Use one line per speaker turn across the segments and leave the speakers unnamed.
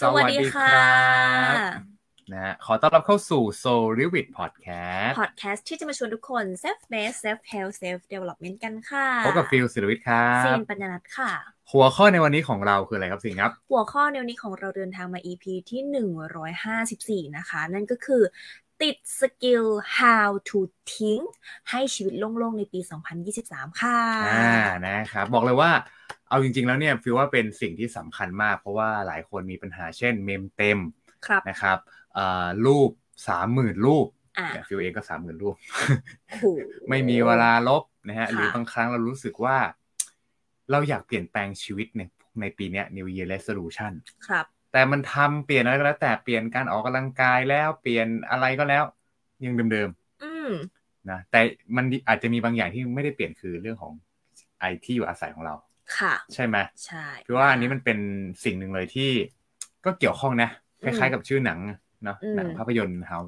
สวัสดีค่ะ
นะฮะขอต้อนรับเข้าสู่ Soul r i v i t Podcast
พอดแคสต์ที่จะมาชวนทุกคน Safe Base Safe Health Safe Development กันค่ะ
พบกับฟิลศิลวิทย์ครั
ซี
บ
นปัญญานัทค่ะ
หัวข้อในวันนี้ของเราคืออะไรครับสิงห์ครับ
หัวข้อในวันนี้ของเราเดินทางมา EP ที่ 154 นะคะ นั่นก็คือ ติดสกิล how to think ให้ชีวิตโล่งๆ ในปี 2023 ค่ะ
อ่านะครับบอกเลยว่าเอาจริง ๆ แล้วเนี่ยฟิลว่าเป็นสิ่งที่สำคัญมาก เพราะว่าหลายคนมีปัญหาเช่นเมมเต็ม
ครับ
นะครับเอ่อรูปสามหมื่นรูป
อ่ะ
เนี่ยฟิลเองก็สามหมื่นรูป
โอ้โห
ไม่มีเวลาลบนะฮะ
ค่ะ
หรือบางครั้งเรารู้สึกว่า เราอยากเปลี่ยนแปลงชีวิตในในปีเนี้ย New Year Resolution
ครับ
แต่มันทำเปลี่ยนอะไรก็แล้วแต่เปลี่ยนการออกกำลังกายแล้วเปลี่ยนอะไรก็แล้ว ยังเดิม
อืม
ๆนะแต่มันอาจจะมีบางอย่างที่ไม่ได้เปลี่ยนคือเรื่องของไอที่อยู่อาศัยของเรา
ค่ะ
ใช่ไหม
ใช่
คือว่าอันนี้มันเป็นสิ่งหนึ่งเลยที่ก็เกี่ยวข้องนะ คล้าย ๆ กับชื่อหนังเนาะหนังภาพยนตร์ how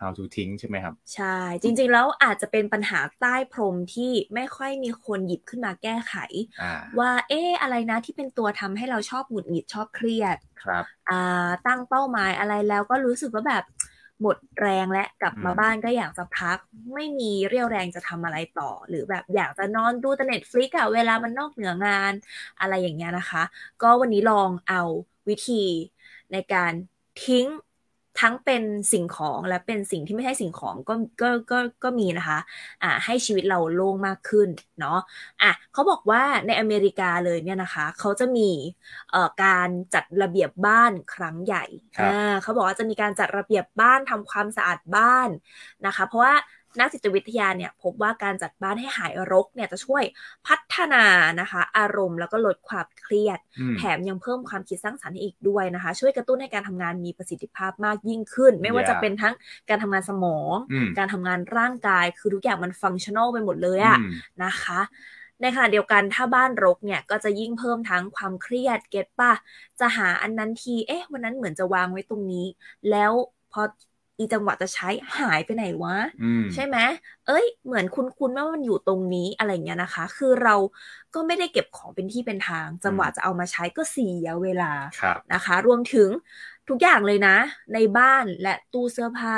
how to ทิ้งใช่ไหมครับ
ใช่ จริงๆ แล้วอาจจะเป็นปัญหาใต้พรมที่ไม่ค่อยมีคนหยิบขึ้นมาแก้ไข
อ่า
ว่าเอ๊ะอะไรนะที่เป็นตัวทำให้เราชอบหงุดหงิดชอบเครียด
ครับ
อ่าตั้งเป้าหมายอะไรแล้วก็รู้สึกว่าแบบหมดแรงและกลับมา
อืม
บ้านก็อยากจะพัก ไม่มีเรี่ยวแรงจะทำอะไรต่อ หรือแบบอยากจะนอนดูแต่เน็ตฟลิกอะเวลามันนอกเหนืองานอะไรอย่างเงี้ยนะคะ ก็วันนี้ลองเอาวิธีในการทิ้งทั้งเป็นสิ่งของและเป็นสิ่งที่ไม่ใช่สิ่งของก็ก็ก็ก็มีนะคะ อ่าให้ชีวิตเราโล่งมากขึ้นเนาะอ่ะเขาบอกว่าในอเมริกาเลยเนี่ยนะคะ เขาจะมีเอ่อการจัดระเบียบบ้านครั้งใหญ่
ครับ
อ่าเขาบอกว่าจะมีการจัดระเบียบบ้านทำความสะอาดบ้านนะคะ เพราะว่านักจิตวิทยาเนี่ยพบว่าการจัดบ้านให้หายรกเนี่ยจะช่วยพัฒนานะคะ อารมณ์แล้วก็ลดความเครียด
อืม
แถมยังเพิ่มความคิดสร้างสรรค์ให้อีกด้วยนะคะ ช่วยกระตุ้นให้การทำงานมีประสิทธิภาพมากยิ่งขึ้น ไม่ว่าจะ
Yeah.
เป็นทั้งการทำงานสมอง
อืม
การทำงานร่างกายคือทุกอย่างมันฟังชั่นอลไปหมดเลยอะ
อืม
นะคะ ในขณะเดียวกันถ้าบ้านรกเนี่ยก็จะยิ่งเพิ่มทั้งความเครียดเก็ตป่ะ จะหาอันนั้นทีเอ๊ะวันนั้นเหมือนจะวางไว้ตรงนี้ แล้วพออีจังหวะจะใช้หายไปไหนวะ
อืม
ใช่ไหม เอ้ย เหมือนคุณคุณว่ามันอยู่ตรงนี้อะไรอย่างเงี้ยนะคะ คือเราก็ไม่ได้เก็บของเป็นที่เป็นทาง จังหวะ
อืม
จะเอามาใช้ก็เสียเวลา
ครับ
นะคะ รวมถึงทุกอย่างเลยนะ ในบ้านและตู้เสื้อผ้า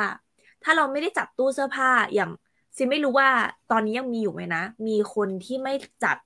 ถ้าเราไม่ได้จัดตู้เสื้อผ้าอย่างซิไม่รู้ว่าตอนนี้ยังมีอยู่ไหมนะ มีคนที่ไม่จัด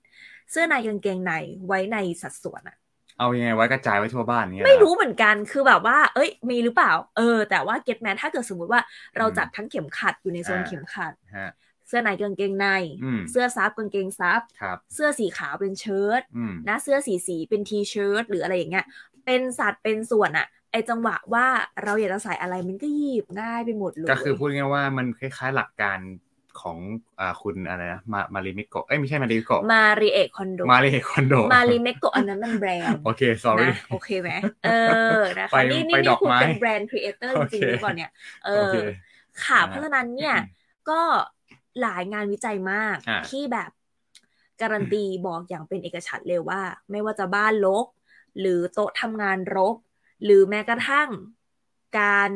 เสื้อในกางเกงในไว้ในสัดส่วนอะ
เอายังไงไว้กระจายไว้ทั่วบ้านเนี่ย
ไม่
เหอ
รู้เหมือนกัน คือแบบว่า เอ้ย มีหรือเปล่า เออ แต่ว่าเก็ตแมนถ้าเกิดสมมติว่าเราจัดทั้งเข็มขัดอยู่ในโซน
อ่า
เข็มขัด
ฮะ
เสื้อในกางเกงใน
อืม
เสื้อซับกางเกงซับ
ครับ
เสื้อสีขาวเป็นเชิ้ต
อืม
นะ เสื้อสีสีเป็นทีเชิ้ตหรืออะไรอย่างเงี้ย เป็นสัตว์เป็นส่วนอะไอจังหวะว่าเราอยากจะใส่อะไรมันก็หยิบง่ายไปหมดเลย
ก็คือพูดง่ายๆว่ามันคล้ายๆหลักการของอาคุณอะไรนะมามาริมิโกะเอ้ยไม่ใช่มาริมิโกะ
มาริเอะคอนโด
มาริคอนโด
มาริเมโกะอันนั้นมันแบร นด์
โอเค sorry
นะโอเคไหมเออ นะ
ไป
คะนี่นี่
ไปด
นี่
อก
คุณ
ไม้
เป็นแบรนด์ครีเอเตอร์จริง
โอเค
ๆหรือเปล่าเนี่ย เอ
โอ
อ
เค
ค่ะ
อ่า
เพราะฉะนั้นเนี่ยก็หลายงานวิจัยมาก
อ่า
ที่แบบการันตีบอกอย่างเป็นเอกฉันท์เลยว่า ไม่ว่าจะบ้านรก หรือโต๊ะทำงานรก หรือแม้กระทั่งการ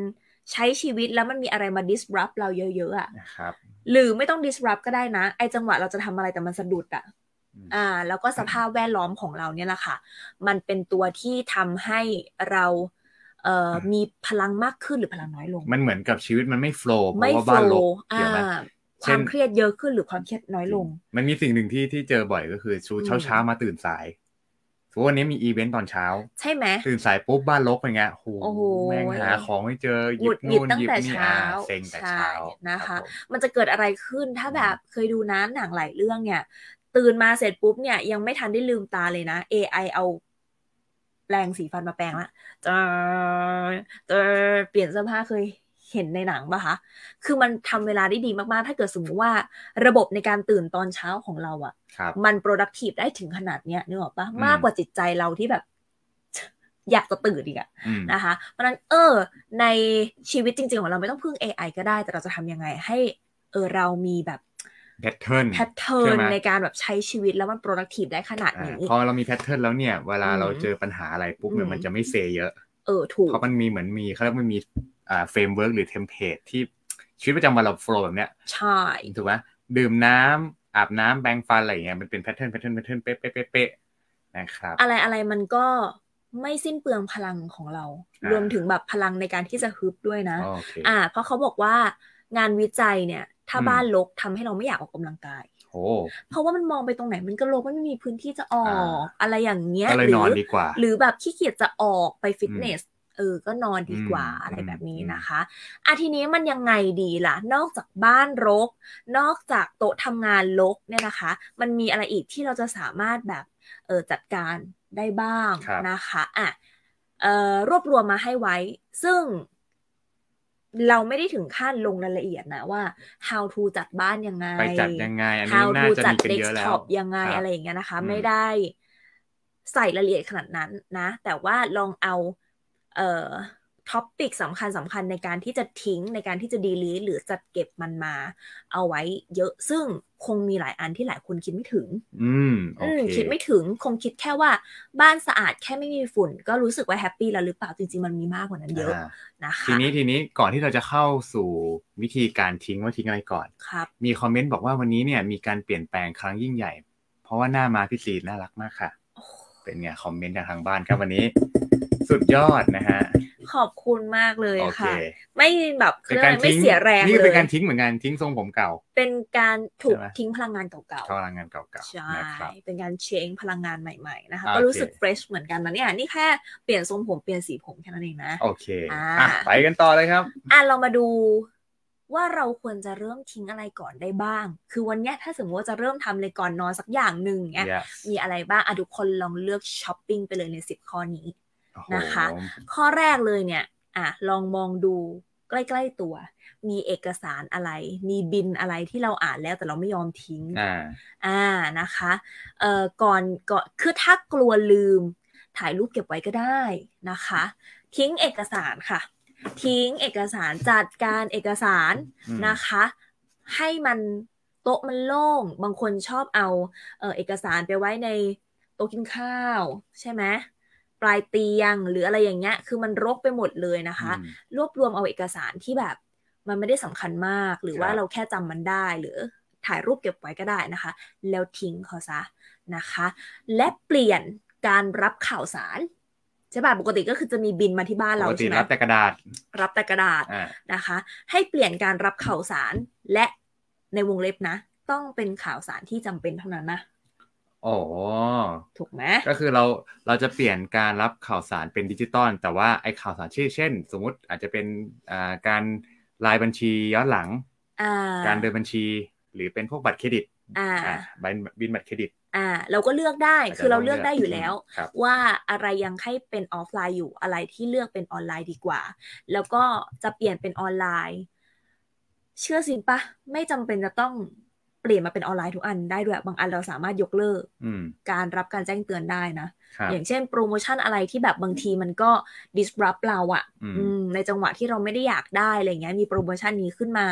ใช้ชีวิตแล้วมันมีอะไรมา disrupt เราเยอะๆอะ
นะครับ
หรือไม่ต้อง disrupt ก็ได้นะ ไอจังหวะเราจะทำอะไรแต่มันสะดุดอะ
อืม
อ่าแล้วก็สภาพแวดล้อมของเราเนี่ยแหละค่ะ มันเป็นตัวที่ทำให้เราเอ่อมีพลังมากขึ้นหรือพลังน้อยลง
มันเหมือนกับชีวิตมันไม่โฟล์เพ
ไม่
ราะว่า
โฟ
บ้าน
ล
รก
ว์อ่า
เกี่ยวไหม
ค
เช่
วาน มเครียดเยอะขึ้นหรือความเครียดน้อยลง
มันมีสิ่งหนึ่งที่ที่เจอบ่อยก็คือชู
อืม
เช้าเช้าๆมาตื่นสายสมมติวันนี้มีอีเวนต์ตอนเช้า
ใช่ไหม
ตื่นสายปุ๊บบ้านรกเป็นไงโ
โอ้
อ้
โห
โหแม่งหาของไม่เจอห
ห
ยิ
งุ
บ
ดหงิด
นู่น
ตั้ง
หยิบ
แต่
นี่
เช้า
อ่าเซ็งแต่เช้า
นะคะ
รับผม
มันจะเกิดอะไรขึ้นถ้า
อืม
แบบเคยดูนะหนังหลายเรื่องเนี่ย ตื่นมาเสร็จปุ๊บเนี่ยยังไม่ทันได้ลืมตาเลยนะ AI เอาแปรงสีฟันมาแปรงละจะจะเปลี่ยนเสื้อผ้าเคยเห็นในหนังปะคะ คือมันทำเวลาได้ดีมากๆ ถ้าเกิดสมมติว่าระบบในการตื่นตอนเช้าของเราอะ
ครับ
มัน productive ได้ถึงขนาดเนี้ยนึกออกปะ
อืม
มากกว่าจิตใจเราที่แบบ อยากจะตื่นอีกอะ
อืม
นะคะเพราะฉะนั้นเออในชีวิตจริง ๆ ของเราไม่ต้องพึ่ง AI ก็ได้ แต่เราจะทำยังไงให้เออเรามีแบบ
แพทเทิร์น
แพทเทิ
ใช่
ร์น
ไหม
ในการแบบใช้ชีวิตแล้วมัน productive ได้ขนาด
อ่า
นี้
พอเรามีแพทเทิร์นแล้วเนี่ย เวลา
อืม
เราเจอปัญหาอะไรปุ๊บเนี่ย
อืม
มันจะไม่เซเยอะ
เออถูก
เพราะมันมีเหมือนมีเขาเรียกมันมีอ่าเฟรมเวิร์กหรือเทมเพลตที่ชีวิตประจำวันเราโฟล์แบบเนี้ย
ใช่
ถูกไหมดื่มน้ำอาบน้ำแปรงฟันอะไรอย่างเงี้ยมันเป็นแพทเทิร์นแพทเทิร์นแพทเทิร์นเป๊ะเป๊ะเป๊ะเป๊ะนะครับ
อะไรอะไรๆมันก็ ไม่สิ้นเปลืองพลังของเรา
อ่าร ร
วมถึงแบบพลังในการที่จะฮึบด้วยนะ
โอเค
อ่า เพราะเขาบอกว่างานวิจัยเนี่ย ถ้า
อืม
บ้านรกทำให้เราไม่อยากออกกำลังกาย
โอ้
เพราะว่ามันมองไปตรงไหนมันก็รกมันไม่มีพื้นที่จะออก
อ่า
อะไรอย่างเงี้ย
ก็เลย
หรื
นอนดีกว่า
หรือแบบขี้เกียจจะออกไปฟิตเนสเออ ก็นอนดีกว่า
อืม
อะไรแบบนี้
อืม
นะคะอ่ะทีนี้มันยังไงดีล่ะ นอกจากบ้านรก นอกจากโต๊ะทำงานรกเนี่ยนะคะ มันมีอะไรอีกที่เราจะสามารถแบบเออจัดการได้บ้างนะคะอ่ะเอ่อรวบรวมมาให้ไว้ ซึ่ง เราไม่ได้ถึงขั้นลงรายละเอียดนะว่า how to จัดบ้านยังไง
ไปจัดยังไง อันนี้
how
น่า
to
จะ
จัด
มีกันเยอะแล้ว
desktop ยังไง
ครับ
อะไรอย่างเงี้ยนะคะ
อืม
ไม่ได้ใส่รายละเอียดขนาดนั้นนะ แต่ว่าลองเอาเอ่อท็อปิกสำคัญสำคัญในการที่จะทิ้งในการที่จะดีลีหรือจัดเก็บมันมา เอาไว้เยอะซึ่งคงมีหลายอันที่หลายคนคิดไม่ถึง
อืมโอ
อืม
เค
คิดไม่ถึงคงคิดแค่ว่าบ้านสะอาดแค่ไม่มีฝุ่น ก็รู้สึกว่าแฮปปี้แล้วหรือเปล่าจริงๆมันมีมากกว่านั้นเยอะ
า
นะคะ
ทีนี้ทีนี้ก่อนที่เราจะเข้าสู่วิธีการทิ้งว่าทิ้งอะไรก่อน
ครับ
มีคอมเมนต์บอกว่าวันนี้เนี่ยมีการเปลี่ยนแปลงครั้งยิ่งใหญ่ เพราะว่าหน้ามาพี่ซีน่ารักมากค่ะ เป็นไงคอมเมนต์จากทางบ้านครับวันนี้ สุดยอดนะฮะ
ขอบคุณมากเลย
โอเค
ค่ะ ไม่แบบ
เป็น
เรื่
กา
อ
รง
ไม่
ทิ้ง
เสียแรง
นี่
เล
เป็น
ย
การทิ้งเหมือนกันทิ้งทรงผมเก่า
เป็นการถูก
ใช่ไหม
ทิ้งพลังงานเก่า
เข้าพลังงานเก่า
ๆ ใช่
ๆนะครับ
เป็นการเชงพลังงานใหม่ๆนะคะ
โอเค
ก็รู้สึกเฟรชเหมือนกันนะเนี่ย นี่แค่เปลี่ยนทรงผมเปลี่ยนสีผมแค่นั้นเองนะ
โอเค
อ่า
อ่ะไปกันต่อเลยครับ
อ่ะเรามาดูว่าเราควรจะเริ่มทิ้งอะไรก่อนได้บ้าง คือวันเนี้ยถ้าสมมติว่าจะเริ่มทำเลยก่อนนอนสักอย่างหนึ่งเนี่ย
Yes
มีอะไรบ้างอ่ะทุกคนลองเลือกช้อปปิ้งไปเลยในสิบข้อนี้
โอ้โห
นะคะ ข้อแรกเลยเนี่ย อ่ะ ลองมองดูใกล้ๆตัว มีเอกสารอะไร มีบินอะไรที่เราอ่านแล้วแต่เราไม่ยอมทิ้ง
อ่า
อ่านะคะ เอ่อ ก่อนก่อนคือถ้ากลัวลืม ถ่ายรูปเก็บไว้ก็ได้นะคะ ทิ้งเอกสารค่ะ ทิ้งเอกสารจัดการเอกสาร
อืม
นะคะ ให้มันโต๊ะมันโล่ง บางคนชอบเอาเออเอกสารไปไว้ในโต๊ะกินข้าว ใช่ไหมปลายเตียงหรืออะไรอย่างเงี้ย คือมันรกไปหมดเลยนะคะ
อืม
รวบรวมเอาเอกสารที่แบบมันไม่ได้สำคัญมากหรือ
ค
ว่า
รับ
เราแค่จำมันได้หรือถ่ายรูปเก็บไว้ก็ได้นะคะ แล้วทิ้งเขาซะนะคะ และเปลี่ยนการรับข่าวสารใช่ป่ะปกติก็คือจะมีบินมาที่บ้าน
ป
เรา
กติ
ใช่ไหม
รับแต่กระดาษ
รับแต่กระดาษ
อ่า
นะคะ ให้เปลี่ยนการรับข่าวสารและในวงเล็บนะ ต้องเป็นข่าวสารที่จำเป็นเท่านั้นนะ
โอ้
ถูกไหม
ก็คือเราเราจะเปลี่ยนการรับข่าวสารเป็นดิจิตอลแต่ว่าไอ้ข่าวสารชื่อเช่น สมมติอาจจะเป็นอ่าการรายบัญชีย้อนหลัง
อ่า
การเดินบัญชี หรือเป็นพวกบัตรเครดิต
อ่า
อ่าบินบินบัตรเครดิต
อ่า เราก็เลือกได้
าจจะ
คือเราเลือกได้อยู่แล้ว
ครับ
ว่าอะไรยังให้เป็นออฟไลน์อยู่อะไรที่เลือกเป็นออนไลน์ดีกว่า แล้วก็จะเปลี่ยนเป็นออนไลน์ เชื่อสิปะไม่จำเป็นจะต้องเปลี่ยนมาเป็นออนไลน์ทุกอันได้ด้วย บางอันเราสามารถยกเลิก
อืม
การรับการแจ้งเตือนได้นะ
ครับ
อย่างเช่นโปรโมชั่นอะไรที่แบบบางทีมันก็ disrupt เราอะ
อืม
อืมในจังหวะที่เราไม่ได้อยากได้อะไรเงี้ยมีโปรโมชั่นนี้ขึ้นมา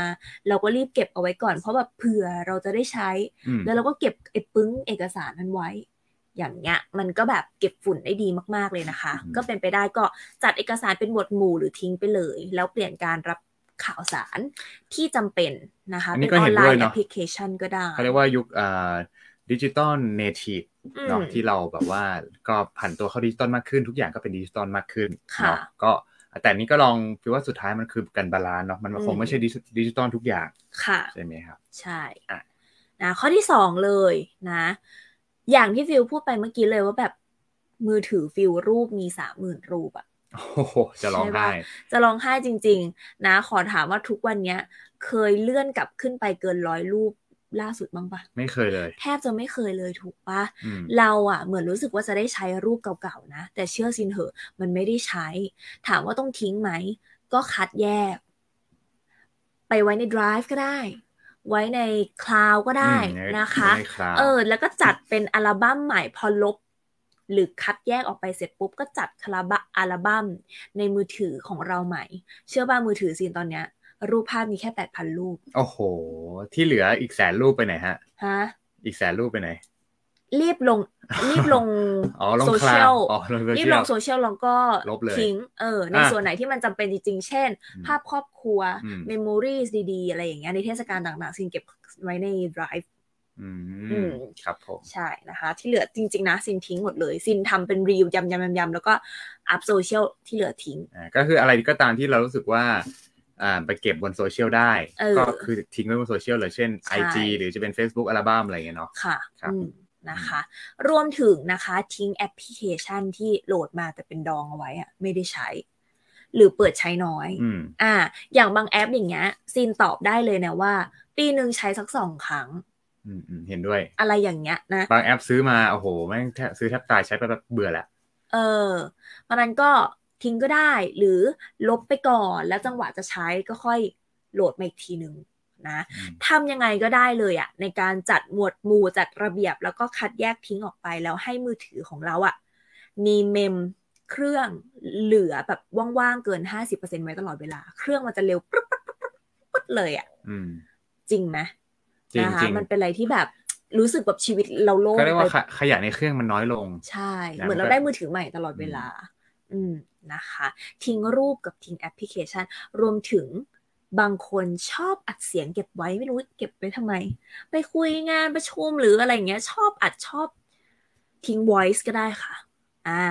เราก็รีบเก็บเอาไว้ก่อนเพราะแบบเผื่อเราจะได้ใช้
อืม
แล้วเราก็เก็บไอ้ปึ้งเอกสารนั้นไว้ อย่างเงี้ย มันก็แบบเก็บฝุ่นได้ดีมากๆเลยนะคะ ก็เป็นไปได้ก็จัดเอกสารเป็นหมวดหมู่หรือทิ้งไปเลย แล้วเปลี่ยนการรับข่าวสารที่จำเป็นนะคะ
อัน
เป็
นี้
น
ก็
ออ
เห็
น
น
ไล
ด้วย
น์แอ
เนาะ
ปพลิเคชันก็ได้
เขาเรียกว่ายุคอ่าดิจิตอลเนทีฟ
อืม
เนาะที่เราแบบว่าก็ผันตัวเข้าดิจิตอลมากขึ้น ทุกอย่างก็เป็นดิจิตอลมากขึ้น
ค่ะ
เนาะก็แต่นี้ก็ลองคิดว่าสุดท้ายมันคือการบาลานซ์เนาะมันคง
อืม
ไม่ใช่ดิจิตอลทุกอย่าง
ค่ะ
ใช่ไหมครับ
ใช่
อ่ะ
นะข้อที่สองเลยนะ อย่างที่ฟิวพูดไปเมื่อกี้เลยว่าแบบมือถือฟิวรูปมีสามหมื่นรูปอะ
โอ้โหจะร้องไห้
จะร้องไห้จริง ๆ นะ ขอถามว่าทุกวันเนี้ย เคยเลื่อนกลับขึ้นไปเกินร้อยรูปล่าสุดบ้างปะ
ไม่เคยเลย
แทบจะไม่เคยเลยถูกปะ
อืม
เราอะเหมือนรู้สึกว่าจะได้ใช้รูปเก่าๆนะ แต่เชื่อซินเหอะ มันไม่ได้ใช้ ถามว่าต้องทิ้งไหม ก็คัดแยก ไปไว้ใน Drive ก็ได้ ไว้ใน Cloud ก็ได้
อืมใ
นะคะ
ใคลาวด์
เออแล้วก็จัดเป็นอัลบั้มใหม่พอลบ หรือคัดแยกออกไปเสร็จปุ๊บ ก็จัดคาราบะอัลบั้มในมือถือของเราใหม่ เชื่อป่ะมือถือซีนตอนเนี้ย รูปภาพมีแค่ 8,000 รูป
โอ้โห ที่เหลืออีกแสนรูปไปไหนฮะ
ฮะ
อีกแสนรูปไปไหน
รีบลง รีบลง
อ๋อลง
โซ
คลา
เชียว ล
ด์อ๋อลงโซ
รีบ
เชีย
ล
ล
งโซเชียลแล้วก็
ลบเลย
ทิ้งเออใน
อ่ะ
ส่วนไหนที่มันจำเป็นจริงๆ เช่น
อืม
ภาพครอบครัว
อืม
เมมโมรีดีๆ อะไรอย่างเงี้ยในเทศกาลต่างๆซีนเก็บไว้ใน drive
อื
อื
ม
ม
ครับผม
ใช่นะคะ ที่เหลือจริง ๆ นะซินทิ้งหมดเลยซินทำเป็นรีวิวยำยำยำยำแล้วก็อัพโซเชียลที่เหลือทิ้ง
อ่าก็คืออะไรก็ตามที่เรารู้สึกว่าอ่าไปเก็บบนโซเชียลได้
เออ
ก็คือทิ้งไว้บนโซเชียลเลยเช่น
ใช่
IG หรือจะเป็น Facebook อัลบั้มอะไรอย่างเงี้ยเนาะ
ค่ะ
ครับ
อืมนะคะ รวมถึงนะคะทิ้งแอปพลิเคชันที่โหลดมาแต่เป็นดองเอาไว้อะไม่ได้ใช้ หรือเปิดใช้น้อย
อืม
อ่า อย่างบางแอปอย่างเงี้ยซินตอบได้เลยนะว่า ปีหนึ่งใช้สักสองครั้ง
อืมอืมเห็นด้วย
อะไรอย่างเงี้ยนะ
บางแอปซื้อมา โอ้โหแม่งแทบซื้อแทบตายใช้ไปแบบเบื่อละ
เออมันนั้นก็ทิ้งก็ได้หรือลบไปก่อนแล้วจังหวะจะใช้ก็ค่อยโหลดมาอีกทีหนึ่งนะ
อืม
ทำยังไงก็ได้เลยอะในการจัดหมวดหมู่จัดระเบียบ แล้วก็คัดแยกทิ้งออกไปแล้วให้มือถือของเราอะมีเมมเครื่องเหลือแบบว่างๆเกิน 50%ไว้ตลอดเวลา เครื่องมันจะเร็วปึ๊บปึ๊บปึ๊บปึ๊บปึ๊บเลยอะ
อืม
จริงไหม
จริง
นะ
จ
คะ
ริง
มันเป็นอะไรที่แบบรู้สึกแบบชีวิตเราโล่ง
ก็เรียก
ไป
ว่าขะขยะในเครื่องมันน้อยลง
ใช่
นะ
เหมือนเรา
มันก็
ได้มือถือใหม่ตลอดเวลา อืมนะคะ ทิ้งรูปกับทิ้งแอปพลิเคชัน รวมถึงบางคนชอบอัดเสียงเก็บไว้ไม่รู้เก็บไว้ทำไม ไปคุยงานประชุมหรืออะไรอย่างเงี้ย ชอบอัดชอบทิ้ง voice ก็ได้ค่ะ อ่า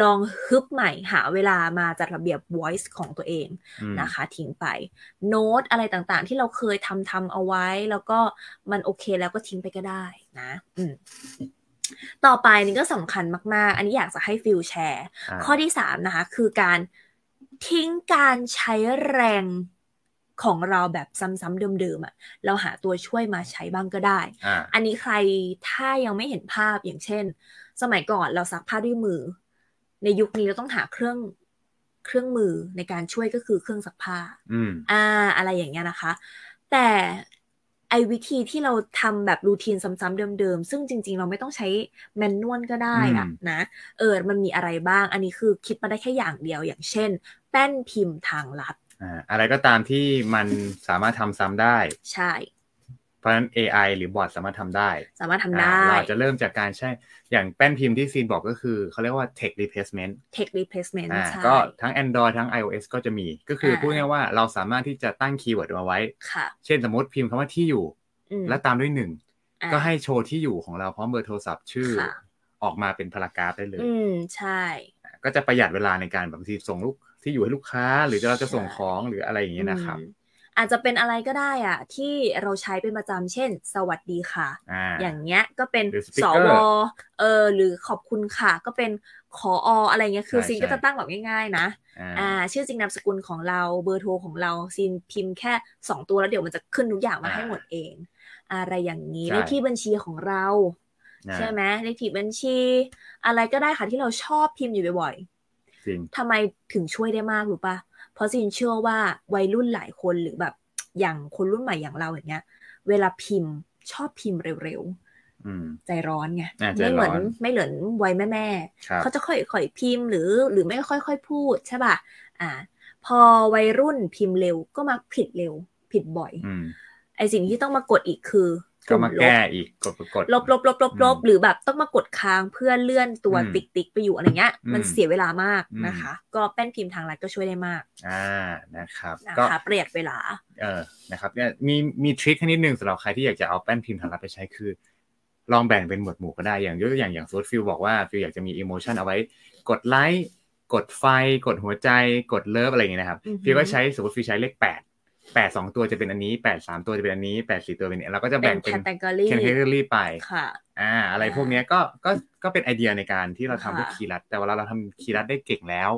ลองฮึบใหม่หาเวลามาจัดระเบียบ voice ของตัวเอง
อืม
นะคะทิ้งไป โน้ตอะไรต่างๆ ที่เราเคยทำทำเอาไว้ แล้วก็มันโอเคแล้วก็ทิ้งไปก็ได้นะ อืม ต่อไปนี่ก็สำคัญมาก ๆ อันนี้อยากจะให้ฟิลแชร์
อ่า
ข้อที่สามนะคะ คือการทิ้งการใช้แรงของเราแบบซ้ำๆเดิมๆอะเราหาตัวช่วยมาใช้บ้างก็ได้
อ่า
อันนี้ใครถ้ายังไม่เห็นภาพอย่างเช่น สมัยก่อนเราซักผ้าด้วยมือ ในยุคนี้เราต้องหาเครื่องเครื่องมือในการช่วยก็คือเครื่องซักผ้า
อืม
อ่าอะไรอย่างเงี้ยนะคะ แต่ไอ้วิธีที่เราทำแบบรูทีนซ้ำๆเดิมๆ ซึ่งจริงๆ เราไม่ต้องใช้แมนนวลก็ได้อะ
อืม
นะเออมันมีอะไรบ้าง อันนี้คือคิดมาได้แค่อย่างเดียวอย่างเช่น แป้นพิมพ์ทางลัด
อ่าอะไรก็ตามที่มันสามารถทำซ้ำได้
ใช่
เพราะฉะนั้น AI หรือบอทสามารถทำได้
สามารถทำ
อ่า
ได้
เราอาจจะเริ่มจากการใช้ อย่างแป้นพิมพ์ที่ซีนบอกก็คือเขาเรียกว่า text replacement
tech replacement
อ่า
ใช่
ก็ทั้ง Android ทั้ง iOS ก็จะมี ก็คืออา พูดง่ายๆว่าเราสามารถที่จะตั้งคีย์เวิร์ดมาไว้
ค่ะ
เช่นสมมติพิมพ์คำว่าที่อยู่
อืม
แล้วตามด้วยหนึ่ง
อ่ะ
ก็ให้โชว์ที่อยู่ของเราพร้อมเบอร์โทรศัพท์ชื่อ
ค่ะ
ออกมาเป็นพารากราฟได้เลย
อืมใช่
ก็จะประหยัดเวลาในการแบบบางทีส่งลูกที่อยู่ให้ลูกค้า หรือเราจะส่ง
ใช่
ของหรืออะไรอย่างเงี้ยนะครับ
อืมอาจจะเป็นอะไรก็ได้อะที่เราใช้เป็นประจำเช่น สวัสดีค่ะ
อ่า
อย่างเงี้ยก็เป็น
หรือสติ๊
ส
กเกอร์
วเออหรือขอบคุณค่ะ ก็เป็นขอออะไรเงี้ยคือ
ใช่
ซินก็
ใช่
จะตั้งแบบง่ายๆนะ
อ่า
อ่า ชื่อจริงนามสกุลของเราเบอร์โทรของเราซินพิมพ์แค่ 2 ตัวแล้วเดี๋ยวมันจะขึ้นทุกอย่างมาให้หมดเอง อะไรอย่างนี้เลขที่บัญชีของเรา ใช่ไหมเลขที่บัญชี อะไรก็ได้ค่ะที่เราชอบพิมพ์อยู่บ่อยๆ
จริง
ทำไมถึงช่วยได้มากรู้ปะเพราะซินเชื่อว่าวัยรุ่นหลายคนหรือแบบ อย่างคนรุ่นใหม่อย่างเราอย่างเงี้ย เวลาพิมพ์ชอบพิมพ์เร็ว
อืม
ๆ ใจร้อนไง
อ่าใจ
ไม่
ร้อน
เหมืนไม่เหมือนวัยแม่แม่ๆ
ครับ
เขาจะค่อยๆพิมพ์หรือหรือไม่ค่อยค่อยๆพูดใช่ป่ะอ่า พอวัยรุ่นพิมพ์เร็วก็มักผิดเร็ว ผิดบ่อย
อืม
ไอสิ่งที่ต้องมากดอีกคือ
ก็มาแก้
ลบ
อีกกดกดกด
ลบลบลบลบลบ
อืม
หรือแบบต้องมากดค้างเพื่อเลื่อนตัว
อืม
ติ๊กติ๊กไปอยู่อะไรเงี้ย
อืม
มันเสียเวลามาก
อืม
นะคะ ก็แป้นพิมพ์ทางลัดก็ช่วยได้มาก
อ่านะครับ
นะ
ก็
คะประหยัดเวลา
เออนะครับเนี่ยมีมีทริคให้นิดนึงสำหรับใครที่อยากจะเอาแป้นพิมพ์ทางลับไปใช้คือ ลองแบ่งเป็นหมวดหมู่ก็ได้อย่างยกตัวอย่างอย่างโซดฟิลบอกว่าฟิลอยากจะมีอิโมชันเอาไว้ กดไลค์กดไฟ กดหัวใจ กดเลิฟอะไรอย่างเงี้ยนะครับ
อือหือ
ฟิลก็ใช้สมมติฟิลใช้เลขแปดแปดสองตัวจะเป็นอันนี้แปดสามตัวจะเป็นอันนี้แปดสี่ตัวเป็นอันนี้เราก็จะ
เป็
แบ่ง
น
เป็
แคน ตตาล็
แคตตาล็อไป
ค่ะ
อ่าอะไรพวกเนี้ยก็ก็ก็เป็นไอเดียในการที่เราทำพวก
ค่ะ
คีย์รัดแต่เวลาเราทำคีย์รัดได้เก่งแล้ว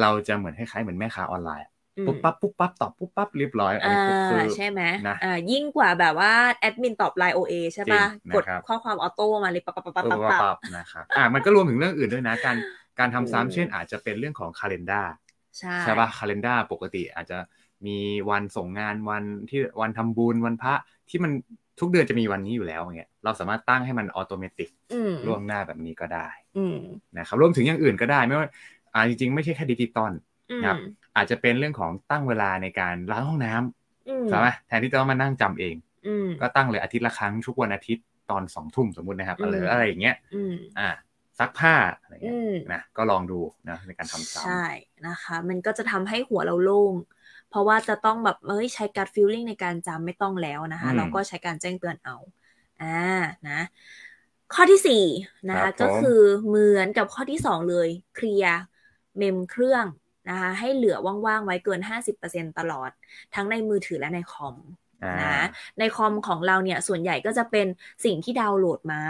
เราจะเหมือนคล้ายๆเหมือนแม่ค้าออนไลน์อะ
อืม
ปุ๊บปั๊บปุ๊บปั๊บตอบปุ๊บปั๊บเรียบร้อยอัน
อ่
นี้คื
า
อ
ใช่ไหม
นะ
อ่ายิ่งกว่าแบบว่าแอดมินตอบไลน์โอเอใช่ป่ะ
จริง
กด
นะครับ
ข้อความออโต้มาเลยปั๊บปั๊บปั๊บ
ปุ๊บ
ปั๊บ
ปั๊บ
ปั๊บ
ปั๊บนะครับอ่ามันก็รวมถึงเรื่องอื่นด้วยนะ การการทำ
อืม
ซ้ำเช่น อาจจะเป็นเรื่องของคาล endar
ใช่
ใช่ป่ะคาล endar ปกติอาจจะมีวันส่งงานวันที่วันทำบุญวันพระที่มันทุกเดือนจะมีวันนี้อยู่แล้วอย่างเงี้ยเราสามารถตั้งให้มันอัตโนมัติ
อืม
ล่วงหน้าแบบนี้ก็ได้
อืม
นะครับรวมถึงอย่างอื่นก็ได้ไม่ว่าอ่าจริงๆ ไม่ใช่แค่ดิจิตอล
อื
ครั
ม
บ อาจจะเป็นเรื่องของตั้งเวลาในการล้างห้องน้
อืม
ำใช่ไหมแทนที่จะต้องมานั่งจำเอง
อืม
ก็ตั้งเลยอาทิตย์ละครั้งทุกวันอาทิตย์ตอนสองทุ่มสมมุตินะครับ
อืม
หรืออะไรอย่างเงี้ย
อืม
อ่าซักผ้าอะไร
อื
เงี้ย
ม
นะก็ลองดูนะในการทำซ้
ใช่นะคะ มันก็จะทำให้หัวเราโล่ง เพราะว่าจะต้องแบบเอ้ยใช้การ feeling ในการจำไม่ต้องแล้วนะคะ เราก็ใช้การแจ้งเตือนเอา อ่านะ ข้อที่สี่นะครับ คะ
ผม
ก็คือเหมือนกับข้อที่สองเลยเคลียร์เมมเครื่องนะคะให้เหลือว่างๆไว้เกิน 50%ตลอด ทั้งในมือถือและในคอม
อ่า
นะในคอมของเราเนี่ยส่วนใหญ่ก็จะเป็นสิ่งที่ดาวน์โหลดมา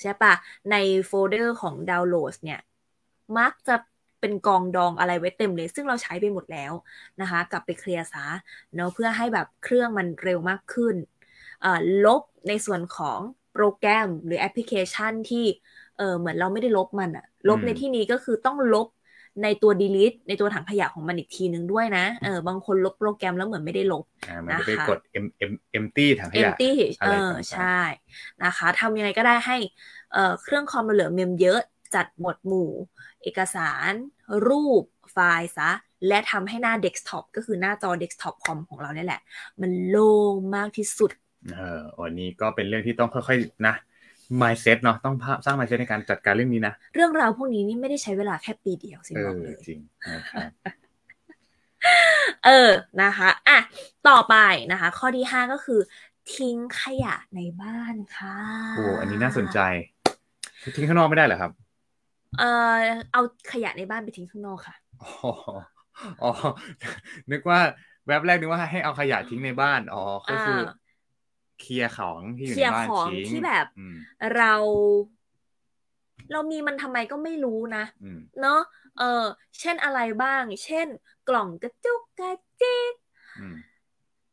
ใช่ปะในโฟลเดอร์ของดาวน์โหลดเนี่ยมักจะเป็นกองดองอะไรไว้เต็มเลย ซึ่งเราใช้ไปหมดแล้วนะคะ กลับไปเคลียร์ซะเนาะเพื่อให้แบบเครื่องมันเร็วมากขึ้นเอ่อลบในส่วนของโปรแกรมหรือแอปพลิเคชันที่เออเหมือนเราไม่ได้ลบมันอะลบ
อืม
ในที่นี้ก็คือต้องลบในตัว delete ในตัวถังขยะของมันอีกทีนึงด้วยนะเออบางคนลบโปรแกรมแล้วเหมือนไม่ได้ลบ
อ่ามันจะ
นะคะ
ไปกด m m empty ถังข
เอ
ยะ
t ตี้
อะ
เอ
ไร
อ
ต่างๆ
ใช่นะคะทำยังไงก็ได้ให้เอ่อเครื่องคอมเราเหลือเมมเยอะจัดหมวดหมู่ เอกสาร รูปไฟล์ซะ และทำให้หน้าเดสก์ท็อปก็คือหน้าจอเดสก์ท็อปคอมของเราเนี่ยแหละ มันโล่งมากที่สุด
เออวันนี้ก็เป็นเรื่องที่ต้องค่อยๆนะ mindset เนาะต้องสร้าง mindset ในการจัดการเรื่องนี้นะ
เรื่องราวพวกนี้นี่ไม่ได้ใช้เวลาแค่ปีเดียวสิ
เอ
บอก
อ
เลย
จริงนะครับ
เออนะคะอ่ะต่อไปนะคะ ข้อที่ 5 ก็คือ ทิ้งขยะในบ้านค่ะ
โอ้อันนี้น่าสนใจ ทิ้งข้างนอกไม่ได้เหรอครับ
เออเอาขยะในบ้านไปทิ้งข้างนอกค่ะ
อ๋ออ๋อ นึกว่าแวบแรกนึกว่าให้เอาขยะทิ้งในบ้าน อ๋อ ก็คืออา เคลียร์ของที่อยู่
เคลี
ใน
ยร์
บ้าน
ของ
ทิ้ง
ที่แบบ
อืม
เรา เรามีมันทำไมก็ไม่รู้นะ
อืม
เนอะเออ เช่นอะไรบ้าง เช่น กล่องกระจุกกระจิก
อืม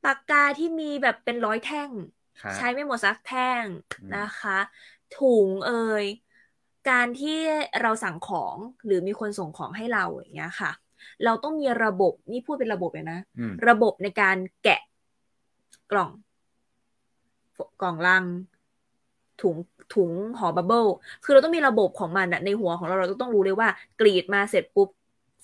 ปากกาที่มีแบบเป็นร้อยแท่ง
ครับ
ใช้ไม่หมดสักแท่ง
อืม
นะคะ ถุงเอ่ยการที่เราสั่งของหรือมีคนส่งของให้เราอย่างเงี้ยค่ะ เราต้องมีระบบนี่พูดเป็นระบบเลยนะ
อืม
ระบบในการแกะกล่อง กล่องลัง ถุงถุงห่อบับเบิลคือเราต้องมีระบบของมันอะในหัวของเราเราต้องรู้เลยว่า กรีดมาเสร็จปุ๊บ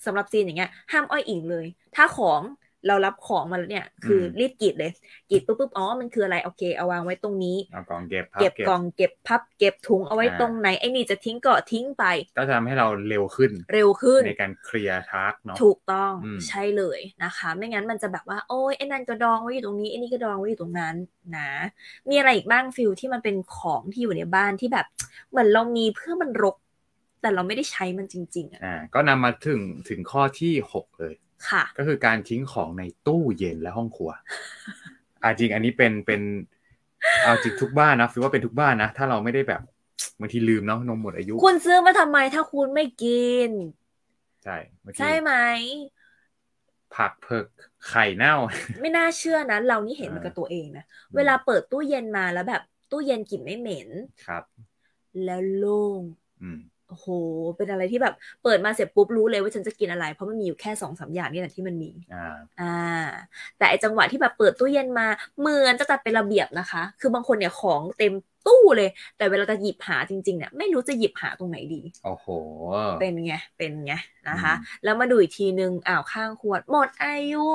สำหรับซีนอย่างเงี้ย ห้ามอ้อยอิงเลย ถ้าของเรารับของมาแล้วเนี่ย คือรีบกรีดเลยกรีดปุ๊บปุ๊บอ๋อมันคืออะไรโอเคเอาวางไว้ตรงนี้
เอากล่องเก็บพับ
เก็บ
เก็บ
กล่องเก็บพับ เก็บถุงเอาไว้
อ่า
ตรงไหนไอ้นี่จะทิ้งก็ทิ้งไป
ก็จะทำให้เราเร็วขึ้น
เร็วขึ้น
ในการเคลียร์ทาร์กเนาะ
ถูกต้อง
อืม
ใช่เลยนะคะ ไม่งั้นมันจะแบบว่าโอ้ยไอ้นั่นก็ดองไว้อยู่ตรงนี้ไอ้นี่ก็ดองไว้อยู่ตรงนั้นนะ มีอะไรอีกบ้างฟิลที่มันเป็นของที่อยู่ในบ้านที่แบบ เหมือนเรามีเพื่อมันรก แต่เราไม่ได้ใช้มันจริง ๆอะ
อ่า ก็นำมาถึงถึงข้อที่หกเลย
ค่ะ
ก็คือการทิ้งของในตู้เย็นและห้องครัว อาจริงอันนี้เป็นเป็นเอาจริงทุกบ้านนะฟิลว่าเป็นทุกบ้านนะ ถ้าเราไม่ได้แบบบางทีลืมเนาะนมหมดอายุ
คุณซื้อมาทำไมถ้าคุณไม่กิน
ใช่บางที
ใช่ไห ม
ผักเผือกไข่เน่า
ไม่น่าเชื่อนะ เรานี่เห็นมันกับตัวเองนะเวลาเปิดตู้เย็นมาแล้วแบบ ตู้เย็นกลิ่นไม่เหม็น
ครับ
แล้วโล่ง
อืม
โอ้โห เป็นอะไรที่แบบเปิดมาเสร็จปุ๊บรู้เลยว่าฉันจะกินอะไร เพราะมันมีอยู่แค่สองสามอย่างนี่แหละที่มันมี
อ่า
อ่า แต่ไอจังหวะที่แบบเปิดตู้เย็นมาเหมือนจะจัดเป็นระเบียบนะคะ คือบางคนเนี่ยของเต็มตู้เลย แต่เวลาจะหยิบหาจริงๆเนี่ยไม่รู้จะหยิบหาตรงไหนดี
โอ้โห
เป็นไง เป็นไงนะคะ
อืม
แล้วมาดูอีกทีนึงอ้าวข้างขวดหมดอายุ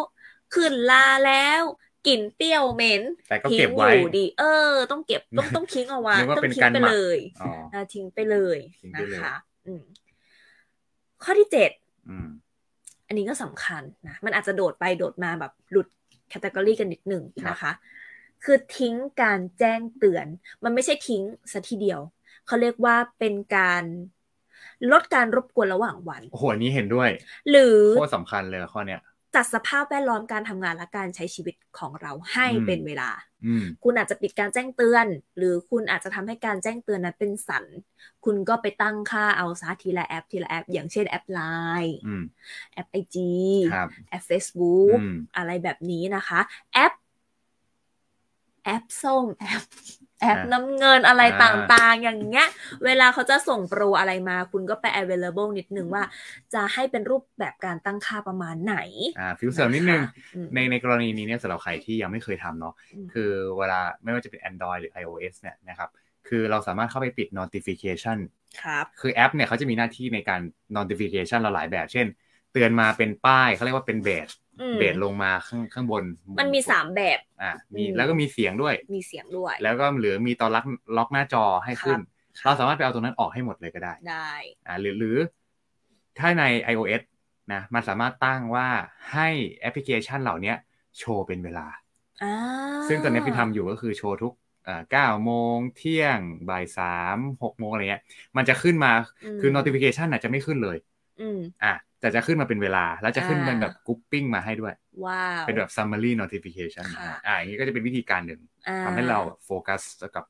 ขึ้นลาแล้วกลิ่นเปรี้ยวเหม็น
แต่ก็
ทิ้
เก็
ง
บ
อ
ไว้
ยู่ดี เออ ต้องเก็บ ต้องต้องทิ้งเอาไว้
นึกว่า
ต้อง
เป็น
ทิ้ง
การ
ไป
หมัก
เลย
อ๋อ
อ่าทิ้งไปเลย
ทิ้งไป
นะ
เลย
คะอืมข้อที่เจ็ด
อืม
อันนี้ก็สำคัญนะ มันอาจจะโดดไปโดดมาแบบหลุดแคตตากรีกันนิดหนึ่งนะคะ คือทิ้งการแจ้งเตือน มันไม่ใช่ทิ้งซะทีเดียว เขาเรียกว่าเป็นการลดการรบกวนระหว่างวัน
โอ้โหอันนี้เห็นด้วย
หรือ
โคตรสำคัญเลยข้อเนี้ย
จัดสภาพแวดล้อมการทำงานและการใช้ชีวิตของเราให้
อืม
เป็นเวลา
อืม
คุณอาจจะปิดการแจ้งเตือน หรือคุณอาจจะทำให้การแจ้งเตือนนั้นเป็นสัน คุณก็ไปตั้งค่าเอาซะทีละแอปทีละแอป อย่างเช่นแอปไลน์
อืม
แอปไอจี
ครับ
แอป Facebook
อืม
อะไรแบบนี้นะคะ แอป แอปส้มแอปแอปน้ำเงินอะไร
อ่า
ต่างๆ อย่างเงี้ย เวลาเขาจะส่งโปรอะไรมา คุณก็ไป available นิดนึงว่า จะให้เป็นรูปแบบการตั้งค่าประมาณไหน
อ่า ฟิลเสริมนิดนึง
ะคะอืม
ในในกรณีนี้เนี่ยสำหรับใครที่ยังไม่เคยทำเนาะ
อืม
คือเวลาไม่ว่าจะเป็น Android หรือ iOS เนี่ยนะครับคือเราสามารถเข้าไปปิด notification
ครับ
คือแอปเนี่ยเขาจะมีหน้าที่ในการ notification เราหลายแบบ เช่น เตือนมาเป็นป้ายเขาเรียกว่าเป็นเบส
อืม
เบสลงมาข้างข้างบน
มันมีสามแบบ
อ่ามี
อืม
แล้วก็มีเสียงด้วย
มีเสียงด้วย
แล้วก็เหลือมีตอนล็อกล็อกหน้าจอให้ขึ้น
ครับ
เราสามารถไปเอาตรงนั้นออกให้หมดเลยก็ได้
ได้
อ่าหรือหรือถ้าใน iOS นะมันสามารถตั้งว่าให้แอปพลิเคชันเหล่าเนี้ยโชว์เป็นเวลา
อ่า
ซึ่งตอนนี้พี่ทำอยู่ก็คือโชว์ทุก เก้าโมงเที่ยงบ่ายสามหกโมงอะไรเงี้ยมันจะขึ้นมา
อืม
คือ notification อาจจะไม่ขึ้นเลย
อืม
อ่ะแต่จะขึ้นมาเป็นเวลา แล้วจะขึ้นเป็น
อ่า
แบบกรุ๊ปปิ้งมาให้ด้วย
ว้าว
เป็นแบบ summary notification
ค่ะ
อ่าอย่างนี้ก็จะเป็นวิธีการหนึ่ง
อ่
ทำให้เราโฟกัสกับ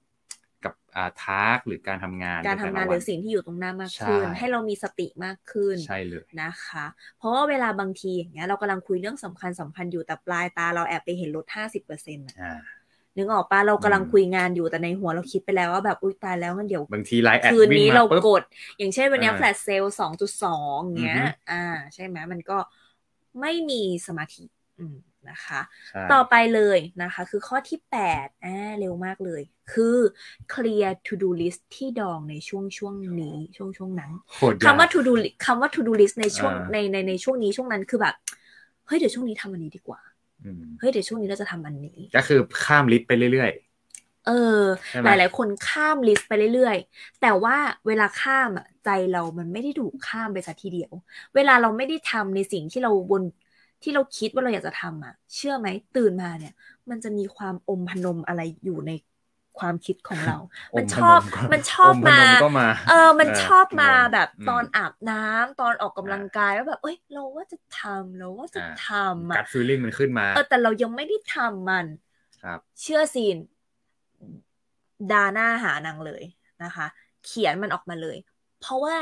กับอ่าทาร์กหรือการทำงาน
การทำงาน
ใแต่ละ
ห
วั
รือสิ่งที่อยู่ตรงหน้ามากขึ้น
ใช่
ให้เรามีสติมากขึ้น
ใช่เลย
นะคะ เพราะว่าเวลาบางทีอย่างเงี้ยเรากำลังคุยเรื่องสำคัญสำคัญอยู่แต่ปลายตาเราแอบไปเห็นลดห้าสิบเปอร์เซ็นต์
อ่า
นึกออกปะเรากำลัง
อืม
คุยงานอยู่แต่ในหัวเราคิดไปแล้วว่าแบบอุ้ยตายแล้วงั้นเดี๋ยว
บางทีไลน์แอด
คืน
วิ่ง
นี้
มา
เรา
ปุ๊บ
กด อย่างเช่นวันเนี้
อ่า
แฟลชเซลสองจุดสอง
อือ
เงี้ย
ฮึ
อ่า ใช่ไหมมันก็ไม่มีสมาธิอืมนะคะ
ใช่
ต่อไปเลยนะคะ คือข้อที่8อ่าเร็วมากเลย คือ clear to do list ที่ดองในช่วงช่วงนี้ ช่วงช่วงนั้น
โหดยก
คำว่า to do li- คำว่า to do list ในช่วง
อ่า
ในในในช่วงนี้ช่วงนั้นคือแบบ เฮ้ยเดี๋ยวช่วงนี้ทำอันนี้ดีกว่า
อืม
เฮ้ยเดี๋ยวช่วงนี้เราจะทำอันนี้
ก็คือข้ามลิสต์ไปเรื่อย
เออ
ใช่ไหม
หลายหลายๆคนข้ามลิสต์ไปเรื่อยๆ แต่ว่าเวลาข้ามอะใจเรามันไม่ได้ถูกข้ามไปซะทีเดียว เวลาเราไม่ได้ทำในสิ่งที่เราบนที่เราคิดว่าเราอยากจะทำอ่ะ เชื่อไหมตื่นมาเนี่ย มันจะมีความอมพนมอะไรอยู่ในความคิดของเรา
ๆ
มัน
พ
ชอบ
ก็
มันชอบ
พน
มา
ก็มา
เออ มัน
เออ
ชอบมา
พนม
แบบ
อืม
ตอนอาบน้ำตอนออกกำลังกายว่าแบบ เอ้ย เราว่าจะทำเราว่าจะ
อ่า
ท
กั
ำอ่ะ
ดฟีลลิ่งมันขึ้นมา
เออ แต่เรายังไม่ได้ทำมัน
ครับ
เชื่อซีนดาหน้าหานางเลยนะคะ เขียนมันออกมาเลย เพราะว่า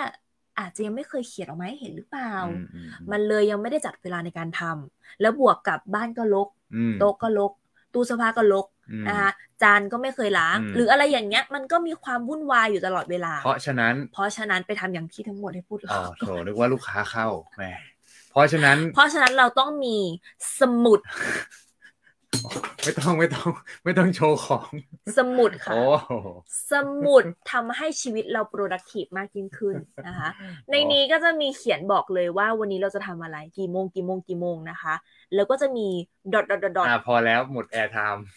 อาจจะยังไม่เคยเขียนออกมาให้เห็นหรือเปล่า
อืมอืม
มันเลยยังไม่ได้จัดเวลาในการทำแล้วบวกกับบ้านก็รก
อืม
โต๊ะก็รกตู้เสื้อผ้าก็รก
อืม
นะคะจานก็ไม่เคยล้าง
อืม
หรืออะไรอย่างเงี้ย มันก็มีความวุ่นวายอยู่ตลอดเวลา
เพราะฉะนั้น
เพราะฉะนั้นไปทำอย่างที่ทั้งหมดให้พูด
อ๋อโถ
ก่อน
นึกว่าลูกค้าเข้าแหมเพราะฉะนั้น
เพราะฉะนั้นเราต้องมีสมุด
ไม่ต้องไม่ต้อง ไม่ต้องโชว์ของ
สมุดค่ะ
โอ้โห
สมุดทำให้ชีวิตเรา productive มากยิ่งขึ้นนะคะ ในนี้ก็จะมีเขียนบอกเลยว่าวันนี้เราจะทำอะไรกี่โมงกี่โมงกี่โมงนะคะ แล้วก็จะมีดอทดอทดอท
อ่าพอแล้วหมดแอร์ไทม์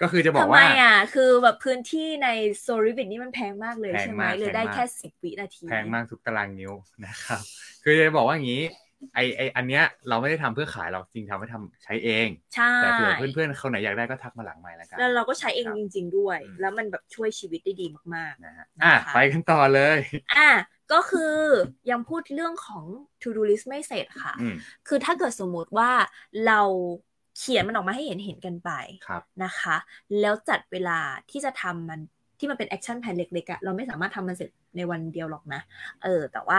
ก็คือจะบอก
ทำไม
ว่า
อ่ะ คือแบบพื้นที่ในโซลิวิทนี่มันแพงมากเลย
แพงมาก
ใช่ไหมเลยได้
แพงมาก
แค่สิบวินาที
แพงมากทุกตารางนิ้วนะครับ คือจะบอกว่าอย่างนี้ ไอไออันเนี้ยเราไม่ได้ทำเพื่อขายเราจริงทำไว้ทำใช้เอง
ใช่
แต่เผื่อเพื่อนๆคนไหนอยากได้ก็ทักมาหลังไมค์แล้วกัน
แล้วเราก็ใช้เอง
ครับ
จริง ๆ ด้วย
อืม
แล้วมันแบบช่วยชีวิตได้ดีมาก
นะฮะอ่ะ
นะคะ
ไปกันต่อเลย
ๆ อ่ะก็คือยังพูดเรื่องของ to do list ไม่เสร็จค่ะ
อืม
คือถ้าเกิดสมมุติว่าเราเขียนมันออกมาให้เห็นเห็นกันไป
ครับ
นะคะ แล้วจัดเวลาที่จะทำมันที่มันเป็นแอคชั่นแผนเล็กๆอะเราไม่สามารถทำมันเสร็จในวันเดียวหรอกนะ เออ แต่ว่า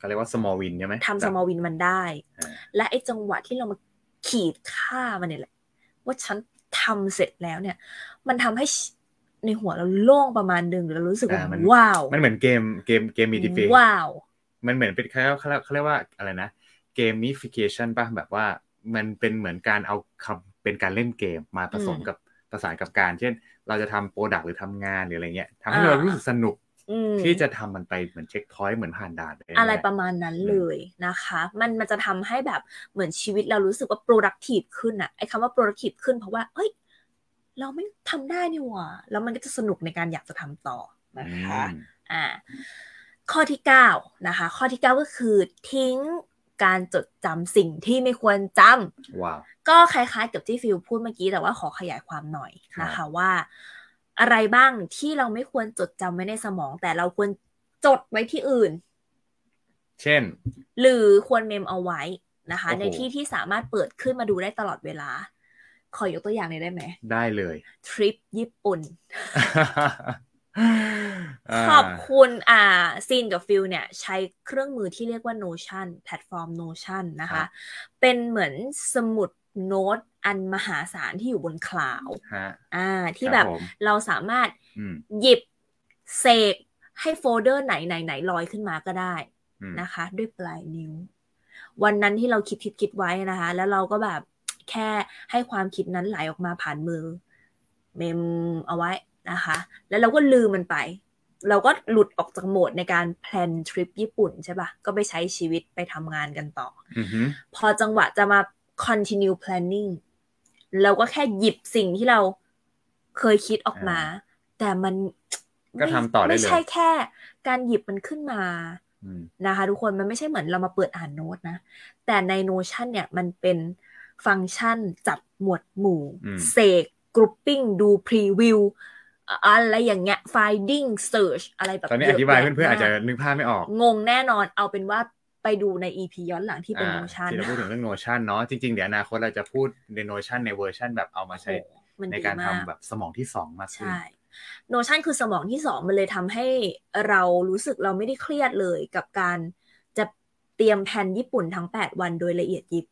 ก็เรียกว่า small win ใช่ไหม
ทำสมอลวินมันได้
อ่า
และไอ้จังหวะที่เรามาขีดค่ามันเนี่ยแหละ ว่าฉันทำเสร็จแล้วเนี่ย มันทำให้ชในหัวเราโล่งประมาณหนึ่งหรือเรารู้สึกว่า
อ่ามัน
ว้าว
มันเหมือนเกมเกมเกมมีดิฟ
ว้าว
มันเหมือนเป็นเขาเขาเขาเรียกว่าอะไรนะเกมมิฟิเคชันป่ะแบบว่ามันเป็นเหมือนการเอาคำเป็นการเล่นเกมมาผสม
อืม
กับประสานกับการ เช่น เราจะทำโปรดักหรือทำงานหรืออะไรเงี้ยทำให้
อ่า
เรารู้สึกสนุก
อืม
ที่จะทำมันไปเหมือนเช็คพอยต์เหมือนผ่านด่านเลย
อะไร
น
ประมาณนั้นเลยนะคะ มันมันจะทำให้แบบเหมือนชีวิตเรารู้สึกว่า productive ขึ้นอะไอ้คำว่า productive ขึ้นเพราะว่า เอ้ย เราไม่ทำได้นี่หว่า แล้วมันก็จะสนุกในการอยากจะทำต่อนะ
อื
คะ
ม
อ่าข้อที่ 9 นะคะ ข้อที่ 9 ก็คือทิ้งการจดจำสิ่งที่ไม่ควรจำ
ว้าว
ก็คล้ายๆกับที่ฟิลพูดเมื่อกี้แต่ว่าขอขยายความหน่อย
ครับ
นะคะว่า อะไรบ้างที่เราไม่ควรจดจำไว้ในสมอง แต่เราควรจดไว้ที่อื่น
เช่น
หรือควรเมมเอาไว้นะคะ
โอ้โห
ในที่ที่สามารถเปิดขึ้นมาดูได้ตลอดเวลา ขอยกตัวอย่างหน่อยได้ไหม
ได้เลย
ทริปญี่ปุ่น
า
ขอบคุณอ่าซีนกับฟิลเนี่ย ใช้เครื่องมือที่เรียกว่า Notion แพลตฟอร์ม Notion นะคะ เป็นเหมือนสมุดโน้ตอันมหาศาลที่อยู่บนคลาวด์
ฮะ
อ่าที่
ค
แบ
รับ ผม
เราสามารถ
อืม
หยิบเสกให้โฟลเดอร์ไหนไหนไหนลอยขึ้นมาก็ได้
อืม
นะคะด้วยปลายนิ้ว วันนั้นที่เราคิดคิดคิดไว้นะคะ แล้วเราก็แบบแค่ให้ความคิดนั้นไหลออกมาผ่านมือ เมมเอาไว้นะคะ แล้วเราก็ลืมมันไป เราก็หลุดออกจากโหมดในการแพลนทริปญี่ปุ่นใช่ปะก็ไปใช้ชีวิตไปทำงานกันต่อ
อือหือ
พอจังหวะจะมา continue planning เราก็แค่หยิบสิ่งที่เราเคยคิดออกมา แต่มัน
ก็ทำต่อได้
ไม่
เลย
ใช่แค่การหยิบมันขึ้นมา
อืม
นะคะทุกคนมันไม่ใช่เหมือนเรามาเปิดอ่านโน้ตนะ แต่ใน Notion เนี่ยมันเป็นฟังก์ชันจับหมวดหมู่ เสก กรุ๊ปปิ้งดูพรีวิวอะไรอย่างเงี้ย finding search อะไรแบบ
ตอนนี้อธิบาย
ะแะ
เพื่อนๆอาจจะ
มก
นึกภาพไม่ออก
งงแน่นอนเอาเป็นว่าไปดูใน EP ย้อนหลังที่เป็นโมชั่น
อ่าที่เราพูดถึงเรื่องโนชั่นเนาะจริงๆ เดี๋ยวอนาคตเราจะพูดในโนชั่นในเวอร์ชันแบบเอามาใช้
โอ้โหมัน
ใน
ดี
การ
มา
ทำ
ก
แบบสมองที่สองมากขึ้น
ใช่ โนชั่นคือสมองที่สองมันเลยทำให้เรารู้สึกเราไม่ได้เครียดเลยกับการจะเตรียมแผนญี่ปุ่นทั้ง 8 วันโดยละเอียดยิบ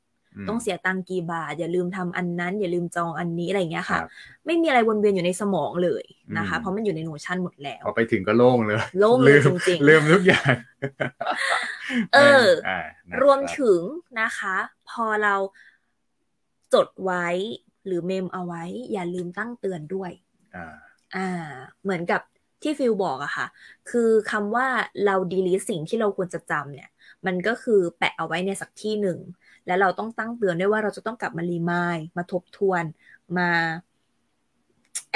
ม
ต้องเสียตังค์กี่บาท อย่าลืมทำอันนั้น อย่าลืมจองอันนี้อะไรอย่างเงี้ยค่ะ
ครับ
ไม่มีอะไรวนเวียนอยู่ในสมองเลยนะคะ
อืม
เพราะมันอยู่ในโนชั่นหมดแล้ว
พอไปถึงก็โล่งเลย
โล่งเลย
ม
จริงๆ
ลืมทุกอย่าง
เออ
านะครับ
รวมถึงนะคะ พอเราจดไว้หรือเมมเอาไว้ อย่าลืมตั้งเตือนด้วย
อ่า
อ่าเหมือนกับที่ฟิลบอกอะค่ะ คือคำว่าเรา delete สิ่งที่เราควรจะจำเนี่ย มันก็คือแปะเอาไว้ในสักที่หนึ่ง แล้วเราต้องตั้งเตือนด้วยว่าเราจะต้องกลับมารีมายมาทบทวนมา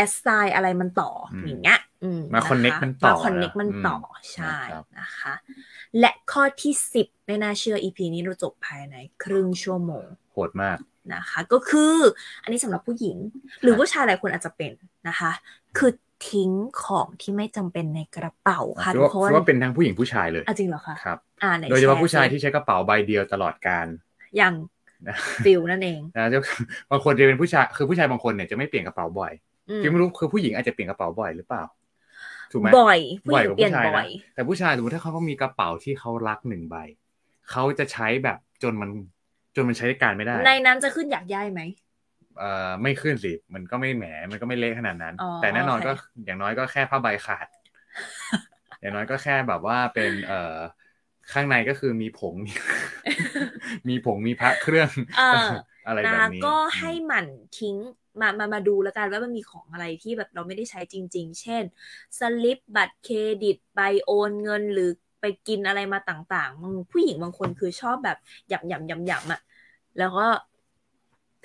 assign อะไรมันต่ออย่างเงี้ยอื
มา
มะะ
คอนเน็กมันต่อ
มา connect
ะ
มันต่ออ
ม
ใช่
นะครับ
นะคะ และข้อที่สิบไม่น่าเชื่อ EP นี้เราจบภายในครึ่งชั่วโมง
โหดมาก
นะคะก็คืออันนี้สำหรับผู้หญิง หรือผู้ชายหลายคนอาจจะเป็นนะคะ คือทิ้งของที่ไม่จำเป็นในกระเป๋าค่ะ
ถือ
ทุ
ว่าก
คน
ถือว่าเป็นทั้งผู้หญิงผู้ชายเลย
อ่ะจริงเหรอคะ
ครับ
อ่าไหน
โดยเฉพาะ
แชร์
ผู้ชาย
สิ
ที่ใช้กระเป๋าใบเดียวตลอ ดการ
อย่าง
นะ
ฟิลนั่นเอง
นะก็คือบางคนจะเป็นผู้ชายคือผู้ชายบางคนเนี่ยจะไม่เปลี่ยนกระเป๋าบ่อย
อืม
ที่ไม่รู้คือผู้หญิงอาจจะเปลี่ยนกระเป๋าบ่อยหรือเปล่าถูกไหม
บ่อยผู้หญิ
บ่อยก
ง
ว่า
เปลี่ยน
ผู้ชายนะ
บ่อย
แต่ผู้ชายสมมติถ้าเขามีกระเป๋าที่เขารักหนึ่งใบ เขาจะใช้แบบจนมันจนมันใช้การไม่ได้
ในนั้นจะขึ้นอยากย้ายไหม
เอ่อไม่ขึ้นสิมันก็ไม่แหมมันก็ไม่เละขนาดนั้น
อ๋อ
แต่แน่นอน
โอเค
ก็อย่างน้อยก็แค่ผ้าใบขา ด อย่างน้อยก็แค่แบบว่าเป็นเอ่อข้างในก็คือมี ผง มีมีผงมีพระเครื่อง
เออ
อะไรแบ
นะ
บนี้
ก็ให้หมั่นทิ้งมามามาดูแล้วกันว่ามันมีของอะไรที่แบบเราไม่ได้ใช้จริง ๆ เช่นสลิปบัตรเครดิตใบโอนเงินหรือไปกินอะไรมาต่างๆบางผู้หญิงบางคนคือชอบแบบหยำหยำหยำหยำอ่ะแล้วก็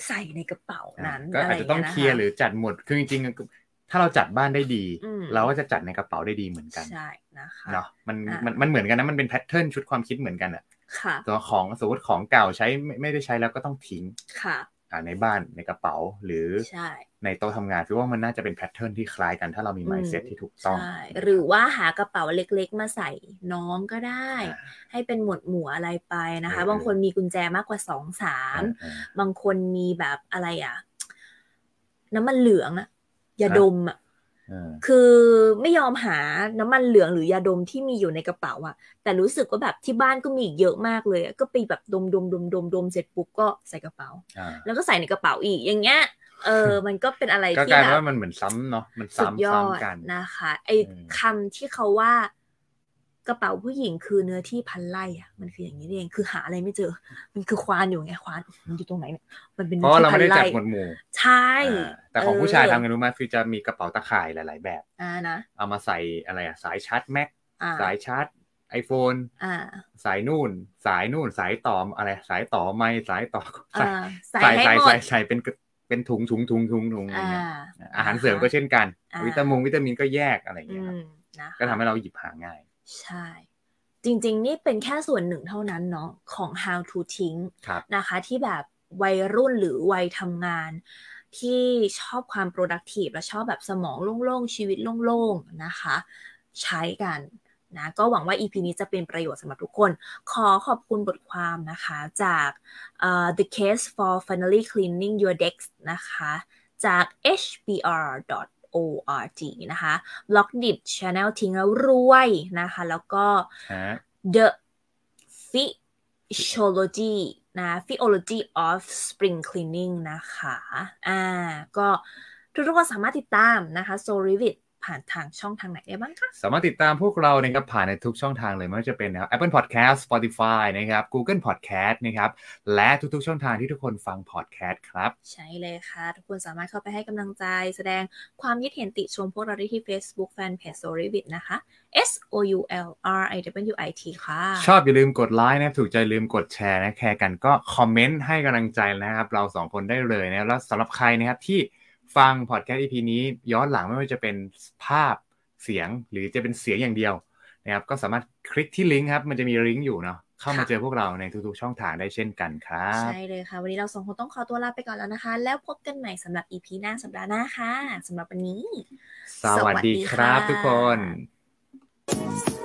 ใส่ในกระเป๋า
อ่ะ
นั้น
ก็อาจจะต้อง
ไน
เคลียร์หรือจัดหมดคือจริงๆถ้าเราจัดบ้านได้ดี
อืม
เราก็จะจัดในกระเป๋าได้ดีเหมือนกัน
ใช่นะคะ
เนาะมัน
อ่ะ
มันมันเหมือนกันนะมันเป็นแพทเทิร์นชุดความคิดเหมือนกันอะ
ค่ะ
ตัวของสมมติของเก่าใช้ไม่ไม่ได้ใช้แล้วก็ต้องทิ้ง
ค่ะ
อ่าในบ้านในกระเป๋า หรือ
ใช่
ในโต๊ะทำงานคือว่ามันน่าจะเป็นแพทเทิร์นที่คล้ายกันถ้าเรามี mindset ที่ถูกต้อง
ใช่หรือว่าหากระเป๋าเล็กๆ มาใส่น้องก็ได้
อ่า
ให้เป็นหมวดหมู่อะไรไปนะคะ
เออ
บางคนมีกุญแจมากกว่าสองสาม
เออ
บางคนมีแบบอะไรอ่ะ น้ำมันเหลืองอะยา
ฮะ
ดมอะ
เออ
คือไม่ยอมหาน้ำมันเหลืองหรือยาดมที่มีอยู่ในกระเป๋าอะแต่รู้สึกว่าแบบที่บ้านก็มีอีกเยอะมากเลยอะก็ไปแบบดมดมดมดมดมเสร็จปุ๊บก็ใส่กระเป๋า
อ่า
แล้วก็ใส่ในกระเป๋าอีกอย่างเงี้ยเออ มันก็เป็นอะไร
ก็ก
ที่
ลาย
แบ
เป็น
บ
ว่ามันเหมือนซ้ำเนาะมัน
สุดย
ซ้ำ
อด
ซ้ำกัน
นะคะไอ้
อืม
คำที่เขาว่ากระเป๋าผู้หญิงคือเนื้อที่พันไร่อะมันคืออย่างนี้นี่เองคือหาอะไรไม่เจอ มันคือควานอยู่ไงควานมันอยู่ตรงไหนเนี่ยมันเป็น
เพ
เนื้
ราะ
อ
ว่า
ที่
เราไม่
พัน
ได้จั
ไร่
ดหมวดหมู่
ใช่
อ่าแต่ของผู้ชายทำกันรู้ไหมคือจะมีกระเป๋าตะข่ายหลาย ๆ แบบ
อ่านะ
เอามาใส่อะไรอะสายชาร์จแม็ก
อ่า
สายชาร์จ iPhone
อ่า
สายนู่น สายนู่น สายต่อมอะไร สายต่อไม่สายต่อสา
อ่าย
สาย
ใส่ให้
สาย
หมด
สายสายเป็นเป็นถุงถุงถุงถุงถุงอะไร
อ่า
เงี้ยอาหารเสริมก็เช่นกัน
อ่า
วิตามินวิตามินก็แยกอะไร
อื
เงี้ยครับ
มนะ
ก็ทำให้เราหยิบหาง่าย
ใช่ จริง ๆ นี่เป็นแค่ส่วนหนึ่งเท่านั้นเนาะของ how to ทิ้ง
ครับ
นะคะที่แบบวัยรุ่นหรือวัยทำงาน ที่ชอบความ productive และชอบแบบสมองโล่ง ๆ ชีวิตโล่ง ๆ นะคะ ใช้กันนะก็หวังว่า EP นี้จะเป็นประโยชน์สำหรับทุกคน ขอขอบคุณบทความนะคะจากเอ่อ The Case for Finally Cleaning Your Decks นะคะจาก hbr.org นะคะ b l o g d i t Channel ทิ้งแล้วรวยนะคะ แล้วก็
ฮะ
The Physiology นะ Physiology of Spring Cleaning นะคะอ่าก็ทุกๆคนสามารถติดตามนะคะ s o l i v i t ผ่านทางช่องทางไหนได้บ้างคะ
สามารถติดตามพวกเรานะครับผ่านในทุกช่องทางเลยไม่ว่าจะเป็นนะครับ Apple Podcast Spotify นะครับ Google Podcast นะครับ และทุกๆช่องทางที่ทุกคนฟัง podcast ครับ
ใช่เลยค่ะ ทุกคนสามารถเข้าไปให้กำลังใจ แสดงความคิดเห็นติชมพวกเราได้ที่ Facebook Fanpage s o l i v i t นะคะ S O U L R I W I T ค่ะ
ชอบอย่าลืมกดไลค์นะถูกใจลืมกดแชร์นะแชร์กันก็คอมเมนต์ให้กำลังใจนะครับ เราสองคนได้เลยนะแล้วสำหรับใครนะครับที่ฟังพอดแคสต์ EP นี้ย้อนหลังไม่ว่าจะเป็นภาพเสียงหรือจะเป็นเสียงอย่างเดียวนะครับก็สามารถคลิกที่ลิงก์ครับ มันจะมีลิงก์อยู่เนาะ เข้ามาเจอพวกเราในทุกๆช่องทางได้เช่นกันครับ
ใช่เลยค่ะ วันนี้เราสองคนต้องขอตัวลาไปก่อนแล้วนะคะ แล้วพบกันใหม่สำหรับ EP หน้าสัปดาห์หน้าค่ะสำหรับวันนี้
สวัสดีครับทุกคน
สวัสดีค่ะ